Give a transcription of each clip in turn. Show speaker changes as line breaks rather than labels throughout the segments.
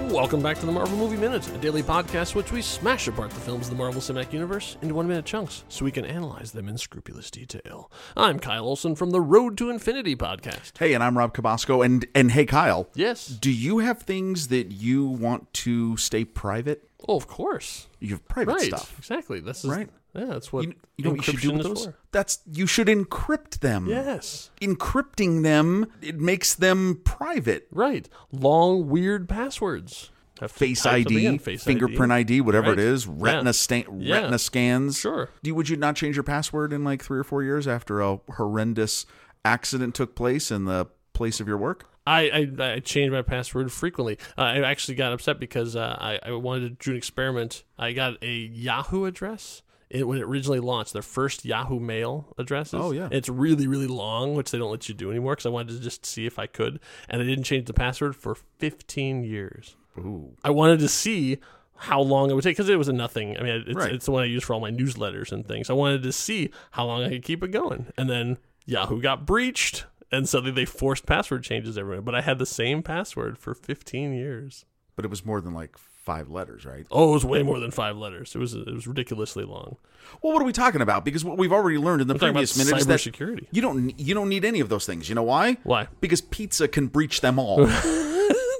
Welcome back to the Marvel Movie Minute, a daily podcast which we smash apart the films of the Marvel Cinematic Universe into one minute chunks so we can analyze them in scrupulous detail. I'm Kyle Olson from the Road to Infinity podcast.
Hey, and I'm Rob Cabasco, and and hey, Kyle.
Yes.
Do you have things that you want to stay private?
Oh, of course.
You have private
right.
stuff.
Exactly. This is
Right.
Yeah, that's what
You, you know what you should do
encryption
with
is
those? Hmm.
for.
That's you should encrypt them.
Yes.
Encrypting them it makes them private.
Right. Long weird passwords. Have to
Face
type them
ID,
in, face
fingerprint ID, whatever
Right.
it is,
Yeah.
retina stan-
Yeah.
retina scans.
Sure.
Do you, would you not change your password in like three or four years after a horrendous accident took place in the place of your work?
I, I, I change my password frequently. Uh, I actually got upset because uh, I, I wanted to do an experiment. I got a Yahoo address it, when it originally launched, their first Yahoo Mail addresses.
Oh, yeah.
It's really, really long, which they don't let you do anymore because I wanted to just see if I could. And I didn't change the password for 15 years.
Ooh.
I wanted to see how long it would take because it was a nothing. I mean, it's,
Right.
it's the one I use for all my newsletters and things. I wanted to see how long I could keep it going. And then Yahoo got breached, and suddenly they forced password changes everywhere. But I had the same password for 15 years.
But it was more than like five letters, right?
Oh, it was way more than five letters. It was it was ridiculously long.
Well, what are we talking about? Because what we've already learned in the
talking about
previous minute is that
cybersecurity.
you don't you don't need any of those things. You know why?
Why?
Because pizza can breach them all.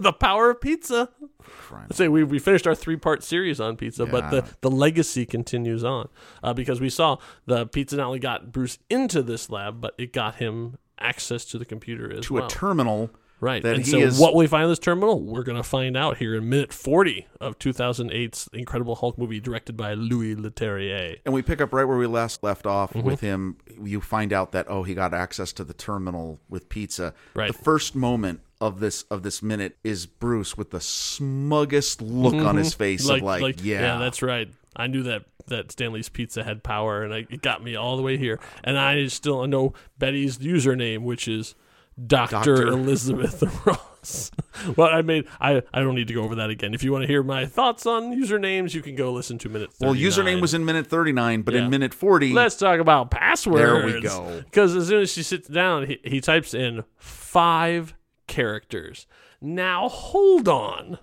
the power of pizza.
Crime.
Let's say we, we finished our three part series on pizza, but the,
Yeah.
the legacy continues on uh, because we saw the pizza not only got Bruce into this lab, but it got him access to the computer as
to
well.
a terminal
right.
that
and
he
so,
is-
what will we find in this terminal? We're going to find out here in minute 40 of 2008's Incredible Hulk movie directed by Louis Leterrier.
and we pick up right where we last left off
Mm-hmm.
with him. You find out that oh, he got access to the terminal with pizza.
Right.
The first moment of this of this minute is Bruce with the smuggest look on
Mm-hmm.
his face of like, yeah,
that's right. I knew that that Stanley's Pizza had power, and I, it got me all the way here. And I still know Betty's username, which is Doctor
Dr.
Elizabeth Ross. well, I made I I don't need to go over that again. If you want to hear my thoughts on usernames, you can go listen to minute. 39.
well, username was in minute thirty nine, but
Yeah.
in minute forty,
Let's talk about passwords.
go.
Because as soon as she sits down, he, he types in five characters. Now, hold on.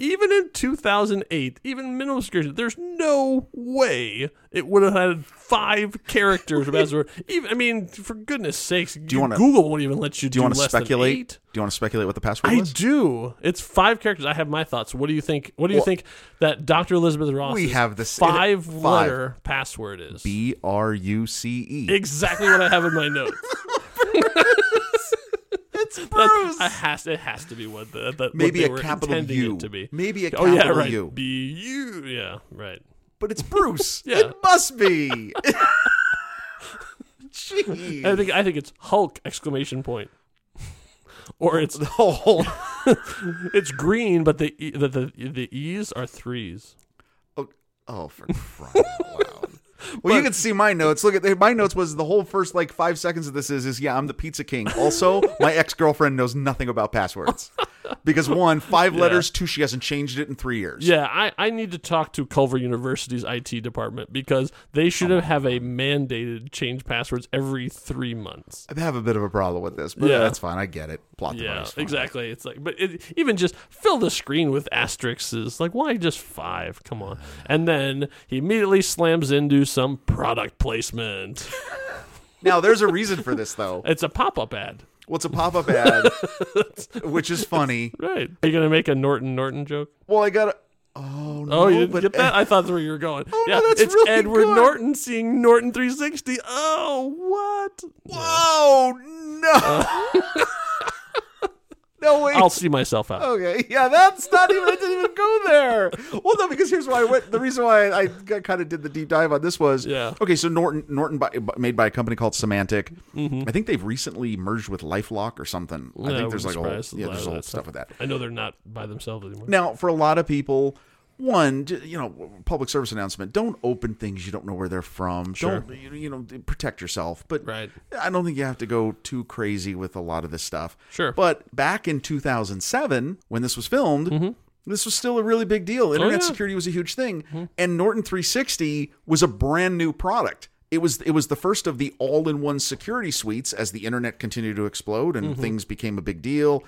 Even in 2008, even minimum security, there's no way it would have had five characters of password. Even, I mean, for goodness sakes,
you wanna-
Google won't even let you
do you want to
less
speculate?
than eight.
Do you want to speculate what the password
I
was?
do. It's five characters. I have my thoughts. What do you think? What do you think that Dr. Elizabeth Ross
We have the s- it-
five letter
five.
password is?
B R U C E.
exactly what I have in my notes.
It's
That's- I has it has to be what the that,
Maybe
what they
a
were
capital
intending
U.
it to be.
Maybe a
oh yeah,
capital
right.
U.
B U. Yeah, right.
But it's Bruce.
Yeah.
It must be. Jeez.
I think I think it's Hulk exclamation point. Or it's
Oh,
it's green, but the e- the the, the e's are threes.
oh, oh, for crying out loud. Well, you can see my notes. Look at my notes. Was the whole first like five seconds of this is is yeah, I'm the pizza king. Also, my ex girlfriend knows nothing about passwords because one, five letters. Two, she hasn't changed it in three years.
Yeah, I, I need to talk to Culver University's IT department because they should
Oh
have have a mandated change passwords every three months.
I have a bit of a problem with this, but
Yeah.
that's fine. I get it. Plot
Yeah,
device. fine.
exactly. It's like, but it, even just fill the screen with asterisks. Like, why just five? Come on. And then he immediately slams into some product placement.
Now there's a reason for this though.
It's a pop up ad.
What's a pop up ad, which is funny.
Right. Are you going to make a Norton Norton joke?
Well, I got. Oh no!
Oh, you didn't
but
get that? I thought that's where you were going.
Oh, no,
yeah,
that's
it's
really
Edward
good.
Norton seeing Norton 360. Oh, what?
Whoa! No. no way.
Uh. I'll see myself out.
Okay. Yeah, that's not even. I didn't even go there. Well, no, because here's why I went. The reason why I, kind of did the deep dive on this was.
Yeah.
Okay, so Norton Norton by, by- made by a company called Semantic. I think they've recently merged with LifeLock or something. I
Mm-hmm. Yeah,
think there's
wouldn't
like a whole
surprise
yeah,
lot
there's
of
a whole
that
stuff with that.
I know they're not by themselves anymore.
Now, for a lot of people, one, j- you know, public service announcement: don't open things you don't know where they're from.
Sure.
Don't you you know protect yourself. But
Right.
I don't think you have to go too crazy with a lot of this stuff.
Sure.
But back in 2007, when this was filmed. This was still a really big deal. Internet
Mm-hmm. Oh, yeah. Mm-hmm.
security was a huge thing, and Norton 360 was a brand new product. It was it was the first of the
Mm-hmm.
all-in-one security suites as the internet continued to explode and things became a big deal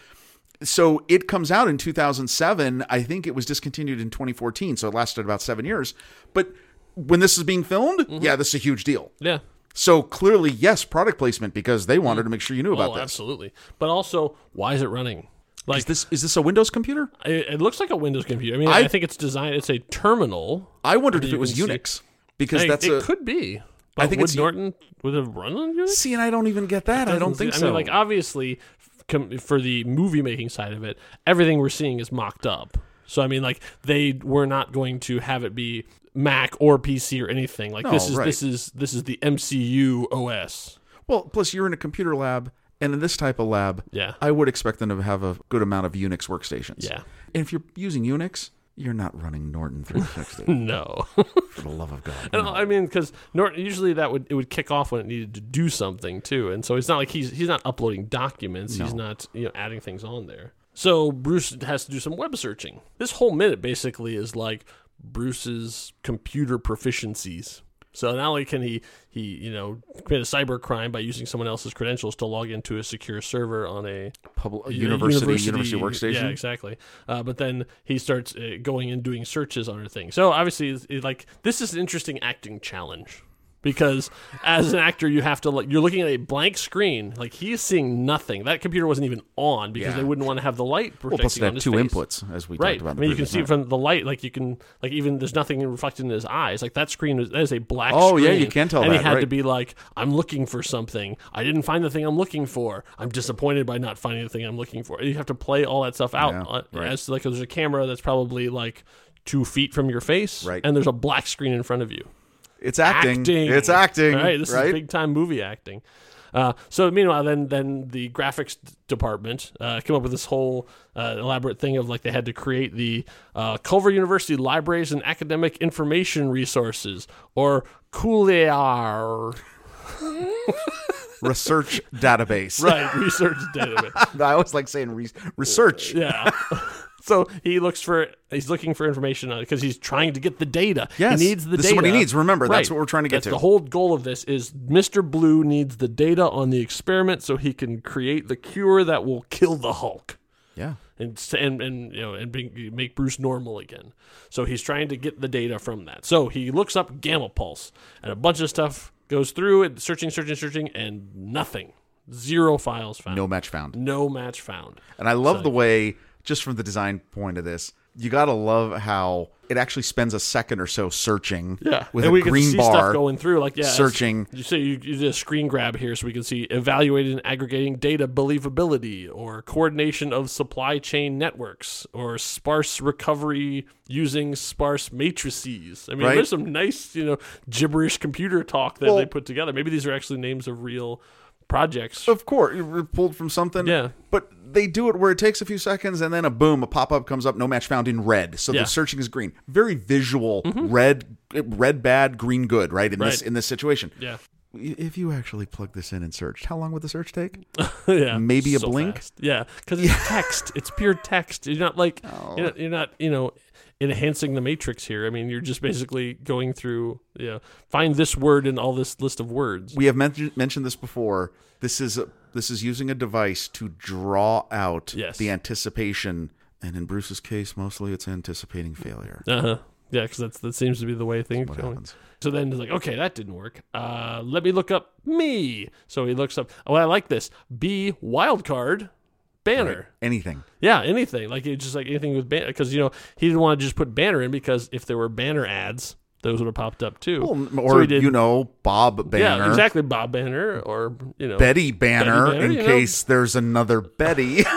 so it comes out in 2007. I think it was discontinued in 2014, so it lasted about seven years. But when this is being filmed,
Mm-hmm.
yeah, this is a huge deal.
Yeah.
So clearly, yes, product placement because they wanted to make sure you knew about
Oh,
this.
absolutely. But also, why is it running?
Is
Like
this is this a Windows computer?
it, it looks like a Windows computer. I mean, I,
I-
think it's designed. It's a terminal.
I wondered if
You
it was
can see-
Unix because
Hey,
that's
it
a
could be. But
I think
would
it's-
Norton would have run on Unix?
see, and I don't even get that. I don't
Doesn't
think
seem-
so.
I mean, like obviously, f- com- for the movie making side of it, everything we're seeing is mocked up. So I mean, like they were not going to have it be Mac or PC or anything. Like this
No,
is
right.
this is this is the MCU OS.
well, plus you're in a computer lab, and in this type of lab,
Yeah.
I would expect them to have a good amount of Unix workstations.
Yeah.
and if you're using Unix, you're not running Norton 360.
No,
for the love of God,
And I mean, because Norton usually that would it would kick off when it needed to do something too, and so it's not like he's he's not uploading documents, he's not you know adding things on there. So Bruce has to do some web searching. This whole minute basically is like Bruce's computer proficiencies. So not only can he he you know commit a cyber crime by using someone else's credentials to log into a secure server on a
public
you know,
university, university
Yeah,
workstation.
exactly. Uh, but then he starts uh, going and doing searches on her thing. So obviously, it's- it, like this is an interesting acting challenge because as an actor, you have to like you're looking at a blank screen. Like he's seeing nothing. That computer wasn't even on because
Yeah.
they wouldn't want to have the light projecting
Well, plus it
on
had
his
two
face.
inputs, as we
Right.
talked about.
I
in the
mean, you can
previous
see
night.
from the light, like you can, like even there's nothing reflected in his eyes. Like that screen was that is a black.
Oh, yeah,
screen.
you can tell
And he
that,
had to
right.
be like, I'm looking for something. I didn't find the thing I'm looking for. I'm disappointed by not finding the thing I'm looking for. You have to play all that stuff out.
Yeah,
uh,
right.
As like, there's a camera that's probably like two feet from your face,
Right.
And there's a black screen in front of you.
it's acting. It's acting.
All right, this
right?
is big time movie acting. Uh, so meanwhile, then then the graphics d- department uh, came up with this whole uh, elaborate thing of like they had to create the uh, Culver University Libraries and Academic Information Resources or CULIAR,
research database.
right? Research database.
I always like saying re- research.
Yeah. So he looks for he's looking for information on it because he's trying to get the data.
Yes,
he needs the
this
data.
is what he needs. Remember, that's what we're trying to get
That's
to.
The whole goal of this is Mr. Blue needs the data on the experiment so he can create the cure that will kill the Hulk
Yeah.
and s- and, and you know and bring, make Bruce normal again. So he's trying to get the data from that. So he looks up gamma pulse and a bunch of stuff goes through it, searching, searching, searching, and nothing, zero files found,
No match found.
no match found.
And I love the way, just from the design point of this, you gotta love how it actually spends a second or so searching.
Yeah,
With
and
a
we can
green
see stuff
bar.
going through, like yeah, it's-
searching.
You say you, you did a screen grab here, so we can see evaluating and aggregating data believability, or coordination of supply chain networks, or sparse recovery using sparse matrices. I mean,
Right.
there's some nice, you know, gibberish computer talk that
Well-
they put together. Maybe these are actually names of real projects.
Of course, you were pulled from something.
Yeah.
But they do it where it takes a few seconds and then a boom, a pop up comes up, no match found in red. So
Yeah. Mm-hmm.
the searching is green. Very visual red, red bad, green good, right? In this
Right.
in this situation.
Yeah,
If you actually plug this in and searched, how long would the search take?
yeah.
Maybe a blink?
fast. Yeah, because it's text. It's pure text. You're not like
Oh.
you're, not, you're not you know enhancing the matrix here. I mean, you're just basically going through. You know, find this word in all this list of words.
we have men- mentioned this before. This is this is using a device to draw out
Yes.
the anticipation, and in Bruce's case, mostly it's anticipating failure.
Uh huh. Yeah, because that's that seems to be the way things
What
going.
happens?
So then he's like, okay, that didn't work. Uh, let me look up me. So he looks up. Oh, I like this. B wildcard banner.
Anything.
Yeah, anything. Like it's just like anything with banner. Because you know he didn't want to just put banner in because if there were banner ads, those would have popped up too.
Well, m-
So
or
he did-
you know, Bob Banner,
Yeah, exactly. Bob Banner or you know
Betty Banner,
Betty Banner,
in
you know.
case there's another Betty.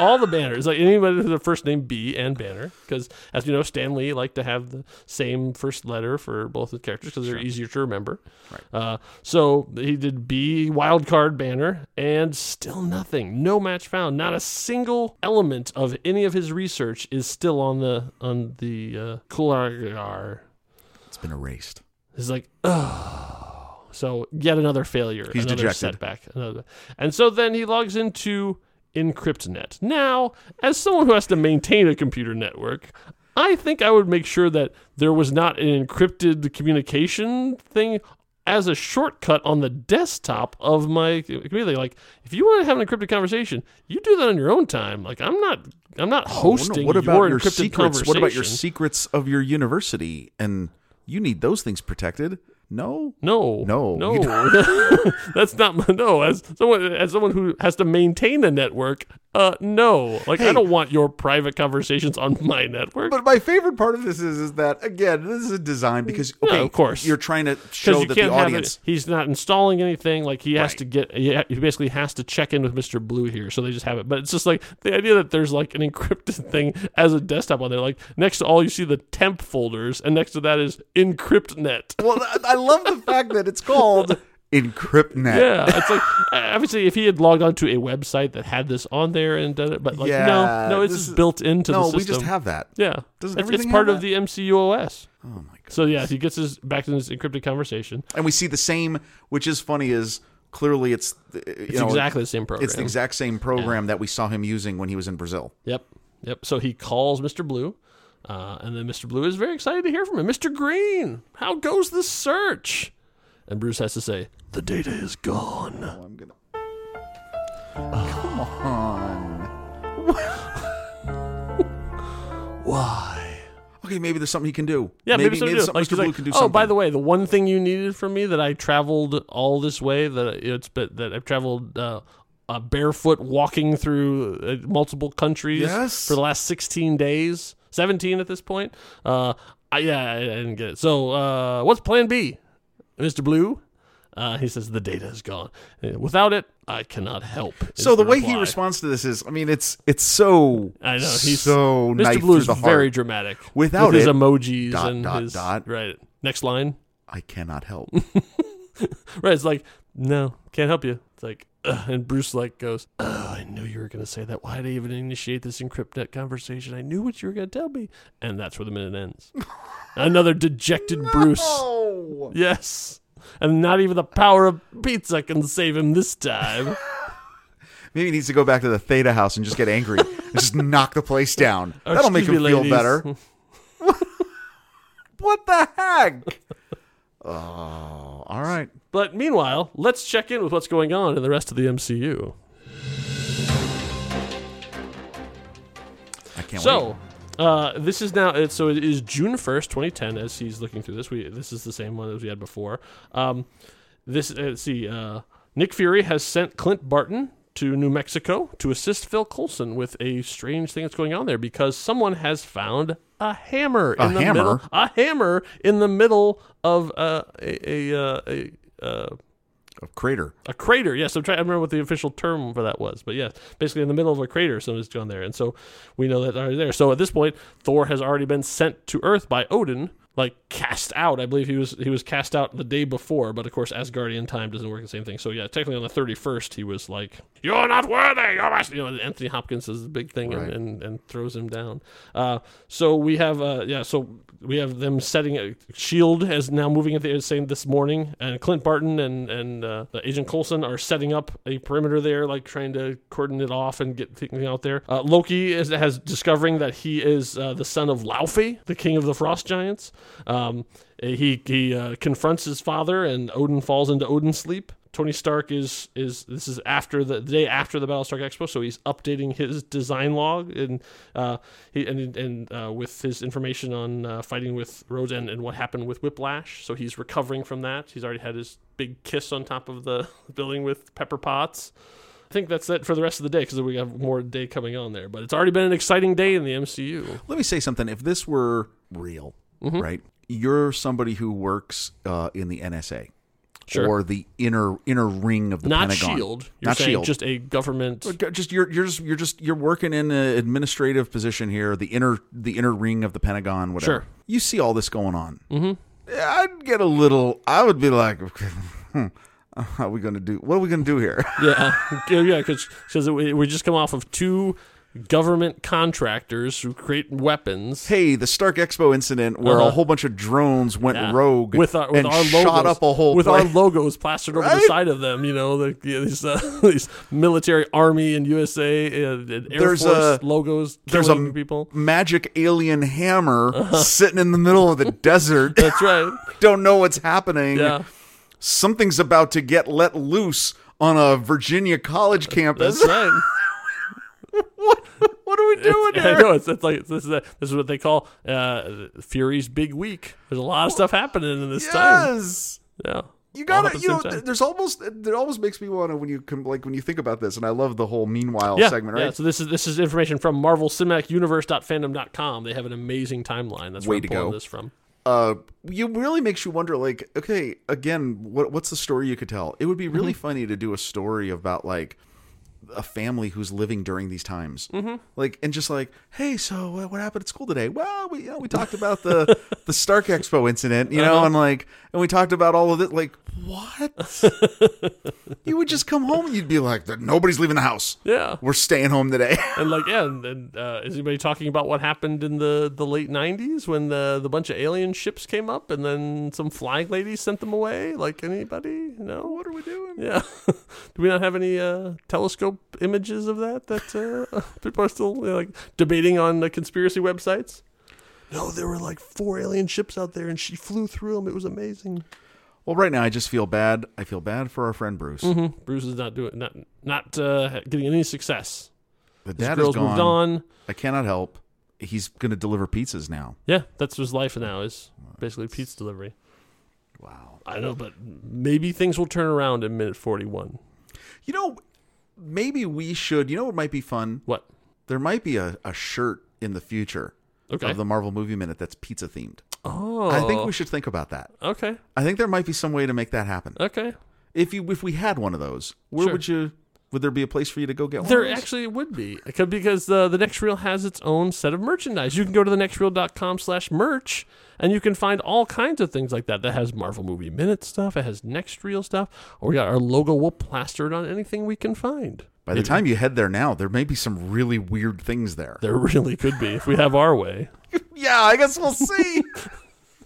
all the banners, like anybody with the first name B and Banner, because as you know, Stan Lee liked to have the same first letter for both the characters because they're easier to remember. Right. Uh, so he did B wild card Banner, and still nothing. No match found. Not a single element of any of his research is still on the on the uh, Kulagar.
it's been erased.
He's like, oh. So yet another failure.
He's
another
dejected.
setback. Another. And so then he logs into EncryptNet. Now, as someone who has to maintain a computer network, I think I would make sure that there was not an encrypted communication thing as a shortcut on the desktop of my computer. Like, if you want to have an encrypted conversation, you do that on your own time. Like, I'm not, I'm not hosting
Oh, what about
your,
your
encrypted
secrets?
conversation.
What about your secrets of your university? And you need those things protected. No,
No,
No, you
no. that's not my no. As someone, as someone who has to maintain a network, uh, no. Like I don't want your private conversations on my network.
But my favorite part of this is, is that again, this is a design because okay,
of course.
you're trying to show
because you
that the
can't have
audience.
it. He's not installing anything. Like he has
Right.
to get. He ha- he basically has to check in with Mister Blue here. So they just have it. But it's just like the idea that there's like an encrypted thing as a desktop on there. Like next to all you see the temp folders, and next to that is EncryptNet.
Well, I- I love the fact that it's called EncryptNet.
Yeah, it's like uh, obviously if he had logged onto a website that had this on there and done it, but like
Yeah,
no, no, it's
this
just
is-
built into
No,
the
we
system.
just have that.
yeah,
Doesn't
it's, it's
everything
part
have
of
that?
the MCUOS.
Oh my god!
So yeah, he gets his back to his encrypted conversation.
And we see the same, which is funny, is clearly it's uh, you
It's
know,
exactly the same program.
it's the exact same program that we saw him using when he was in Brazil.
Yep. Yep. So he calls Mr. Blue, uh, and then Mr. Blue is very excited to hear from him. Mr. Green, how goes the search? And Bruce has to say, The data is gone.
Oh, I'm gonna. Come on.
Why?
Okay, maybe there's something he can do.
Yeah, maybe,
maybe,
so
maybe
do.
some-
Like,
Mr.
he's
Blue
like,
can do
oh,
something.
by the way, the one thing you needed from me that I traveled all this way, that it's but that I've traveled uh, uh, barefoot, walking through uh, multiple countries
Yes.
for the last sixteen days, seventeen at this point. Uh, I, yeah, I, I didn't get it. So, uh, what's Plan B, Mister Blue? Uh, he says the data is gone. Uh, Without it, I cannot help. is
So the, way he
reply.
responds to this is, I mean, it's it's so
I know he's
so
Mr.
knife
Blue
through
is
the heart.
very dramatic
Without
with his
it,
emojis
dot,
and
dot,
his
dot.
right. Next line.
I cannot help.
Right, it's like, no, can't help you. It's like, ugh, and Bruce like goes, oh, I knew you were gonna say that. Why did I even initiate this encryptnet conversation? I knew what you were gonna tell me, and that's where the minute ends. Another dejected Bruce.
Oh,
Yes, and not even the power of pizza can save him this time.
maybe he needs to go back to the Theta house and just get angry and just knock the place down. That'll make him
Oh, Excuse me,
feel
ladies.
better. What the heck? Oh, all right.
But meanwhile, let's check in with what's going on in the rest of the MCU.
I can't wait.
So, uh, this is now. It's, so it is June first, twenty ten. As he's looking through this, we this is the same one as we had before. Um, this uh, let's see. Uh, Nick Fury has sent Clint Barton to New Mexico to assist Phil Coulson with a strange thing that's going on there because someone has found a hammer in the
hammer?
middle. A hammer in the middle of uh, a a. uh a uh,
A crater.
a crater. Yes, I'm trying. I remember what the official term for that was, but yes, basically in the middle of a crater, someone's gone there, and so we know that already there. So at this point, Thor has already been sent to Earth by Odin, like cast out. I believe he was he was cast out the day before, but of course, Asgardian time doesn't work the same thing. So yeah, technically on the 31st, he was like, "You're not worthy. You're must-" you know." and Anthony Hopkins is the big thing,
Right.
and, and and throws him down. Uh, so we have uh, yeah, so we have them setting a shield as now moving at the same this morning, and Clint Barton and and uh, Agent Coulson are setting up a perimeter there, like trying to cordon it off and get things out there. Uh, Loki is has discovering that he is uh, the son of Laufey, the king of the frost giants. Um, he he uh, confronts his father, and Odin falls into Odin's sleep. Tony Stark is is this is after the, the day after the Battlestar Expo, so he's updating his design log and uh, he and and uh, with his information on uh, fighting with Rhodes and, and what happened with Whiplash. So he's recovering from that. He's already had his big kiss on top of the building with Pepper Potts. I think that's it for the rest of the day because we have more day coming on there. But it's already been an exciting day in the MCU.
Let me say something. If this were real,
Mm-hmm.
right? You're somebody who works uh, in the NSA
Sure.
or the inner inner ring of the
Not
Pentagon.
Shield. E You're
Not
saying
Shield.
just a government.
But just you're you're just you're just you're working in an administrative position here, the inner the inner ring of the Pentagon, whatever.
Sure.
You see all this going on. Mm-hmm. I'd get a little. I would be like, hmm, how are we going to do? What are we going to do here?
Yeah, yeah, yeah, because we we just come off of two government contractors who create weapons.
hey, the Stark Expo incident where a
Uh-huh.
whole bunch of drones went
Yeah.
rogue
with our, with
and
our logos,
shot up a whole
with our
place.
logos plastered over the
Right?
side of them. You know, the, yeah, these uh, these military, army, and USA uh, and, and Air
There's
Force
a-
logos
there's a
killing people.
magic alien
Uh-huh.
hammer sitting in the middle of the desert.
That's right.
Don't know what's happening.
Yeah.
something's about to get let loose on a Virginia college campus.
That's right.
what, what are we doing
I
here?
know it's, it's like this is a, this is what they call uh, Fury's big week. There's a lot of stuff happening in this time.
Yes.
Yeah, All
You
at
gotta,
the
you
same
know,
time.
th- there's almost, it almost makes me want to when you com- like when you think about this, and I love the whole meanwhile
yeah,
segment,
yeah.
right?
So this is this is information from Marvel Cinematic Universe.fandom.com. They have an amazing timeline. That's where
Way
I'm
to
pulling
go.
this from.
Uh, you really makes you wonder, like, okay, again, what what's the story you could tell? It would be really funny to do a story about like a family who's living during these times, mm-hmm. like, and just like, hey, so what, what happened at school today? Well, we you know we talked about the the Stark Expo incident, you know, and like, and we talked about all of it, like, what? you would just come home and you'd be like, nobody's leaving the house.
Yeah,
We're staying home today.
and like yeah, and, and uh, is anybody talking about what happened in the, the late '90s when the the bunch of alien ships came up and then some flying ladies sent them away? Like anybody? No.
what are we doing?
Yeah. Do we not have any uh, telescope images of that that uh, people are still uh, like debating on the conspiracy websites? No, there were like four alien ships out there, and she flew through them. It was amazing.
Well, right now I just feel bad. I feel bad for our friend Bruce.
Bruce is not doing not not uh, getting any success.
The
His
dad is
girls
gone.
moved on.
I cannot help. He's going to deliver pizzas now.
Yeah, that's his life now is basically pizza delivery.
Wow.
I know, but maybe things will turn around in minute forty-one.
You know, maybe we should. You know what might be fun?
What?
There might be a, a shirt in the future
Okay.
of the Marvel Movie Minute that's pizza themed.
oh,
I think we should think about that.
okay,
I think there might be some way to make that happen.
okay.
If you if we had one of those, where
Sure.
would you would there be a place for you to go get one?
There
of those?
actually would be because- because uh, the the next reel has its own set of merchandise. You can go to thenextreel.com slash merch and you can find all kinds of things like that. That has Marvel movie minute stuff. It has next reel stuff. Or we got our logo. We'll plaster it on anything we can find.
By the time you head there now, there may be some really weird things there.
There really could be if we have our way.
yeah, I guess we'll see.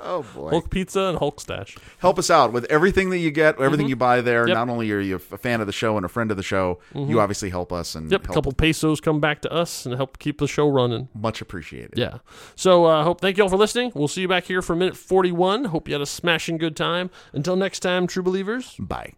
oh boy.
Hulk pizza and Hulk stash.
help us out with everything that you get, everything you buy there.
Mm-hmm. Yep. Mm-hmm.
Not only are you a fan of the show and a friend of the show, you obviously help us and
Yep, a
help
couple pesos come back to us and help keep the show running.
much appreciated.
Yeah. So uh, hope thank you all for listening. We'll see you back here for minute forty one. Hope you had a smashing good time. Until next time, true believers.
Bye.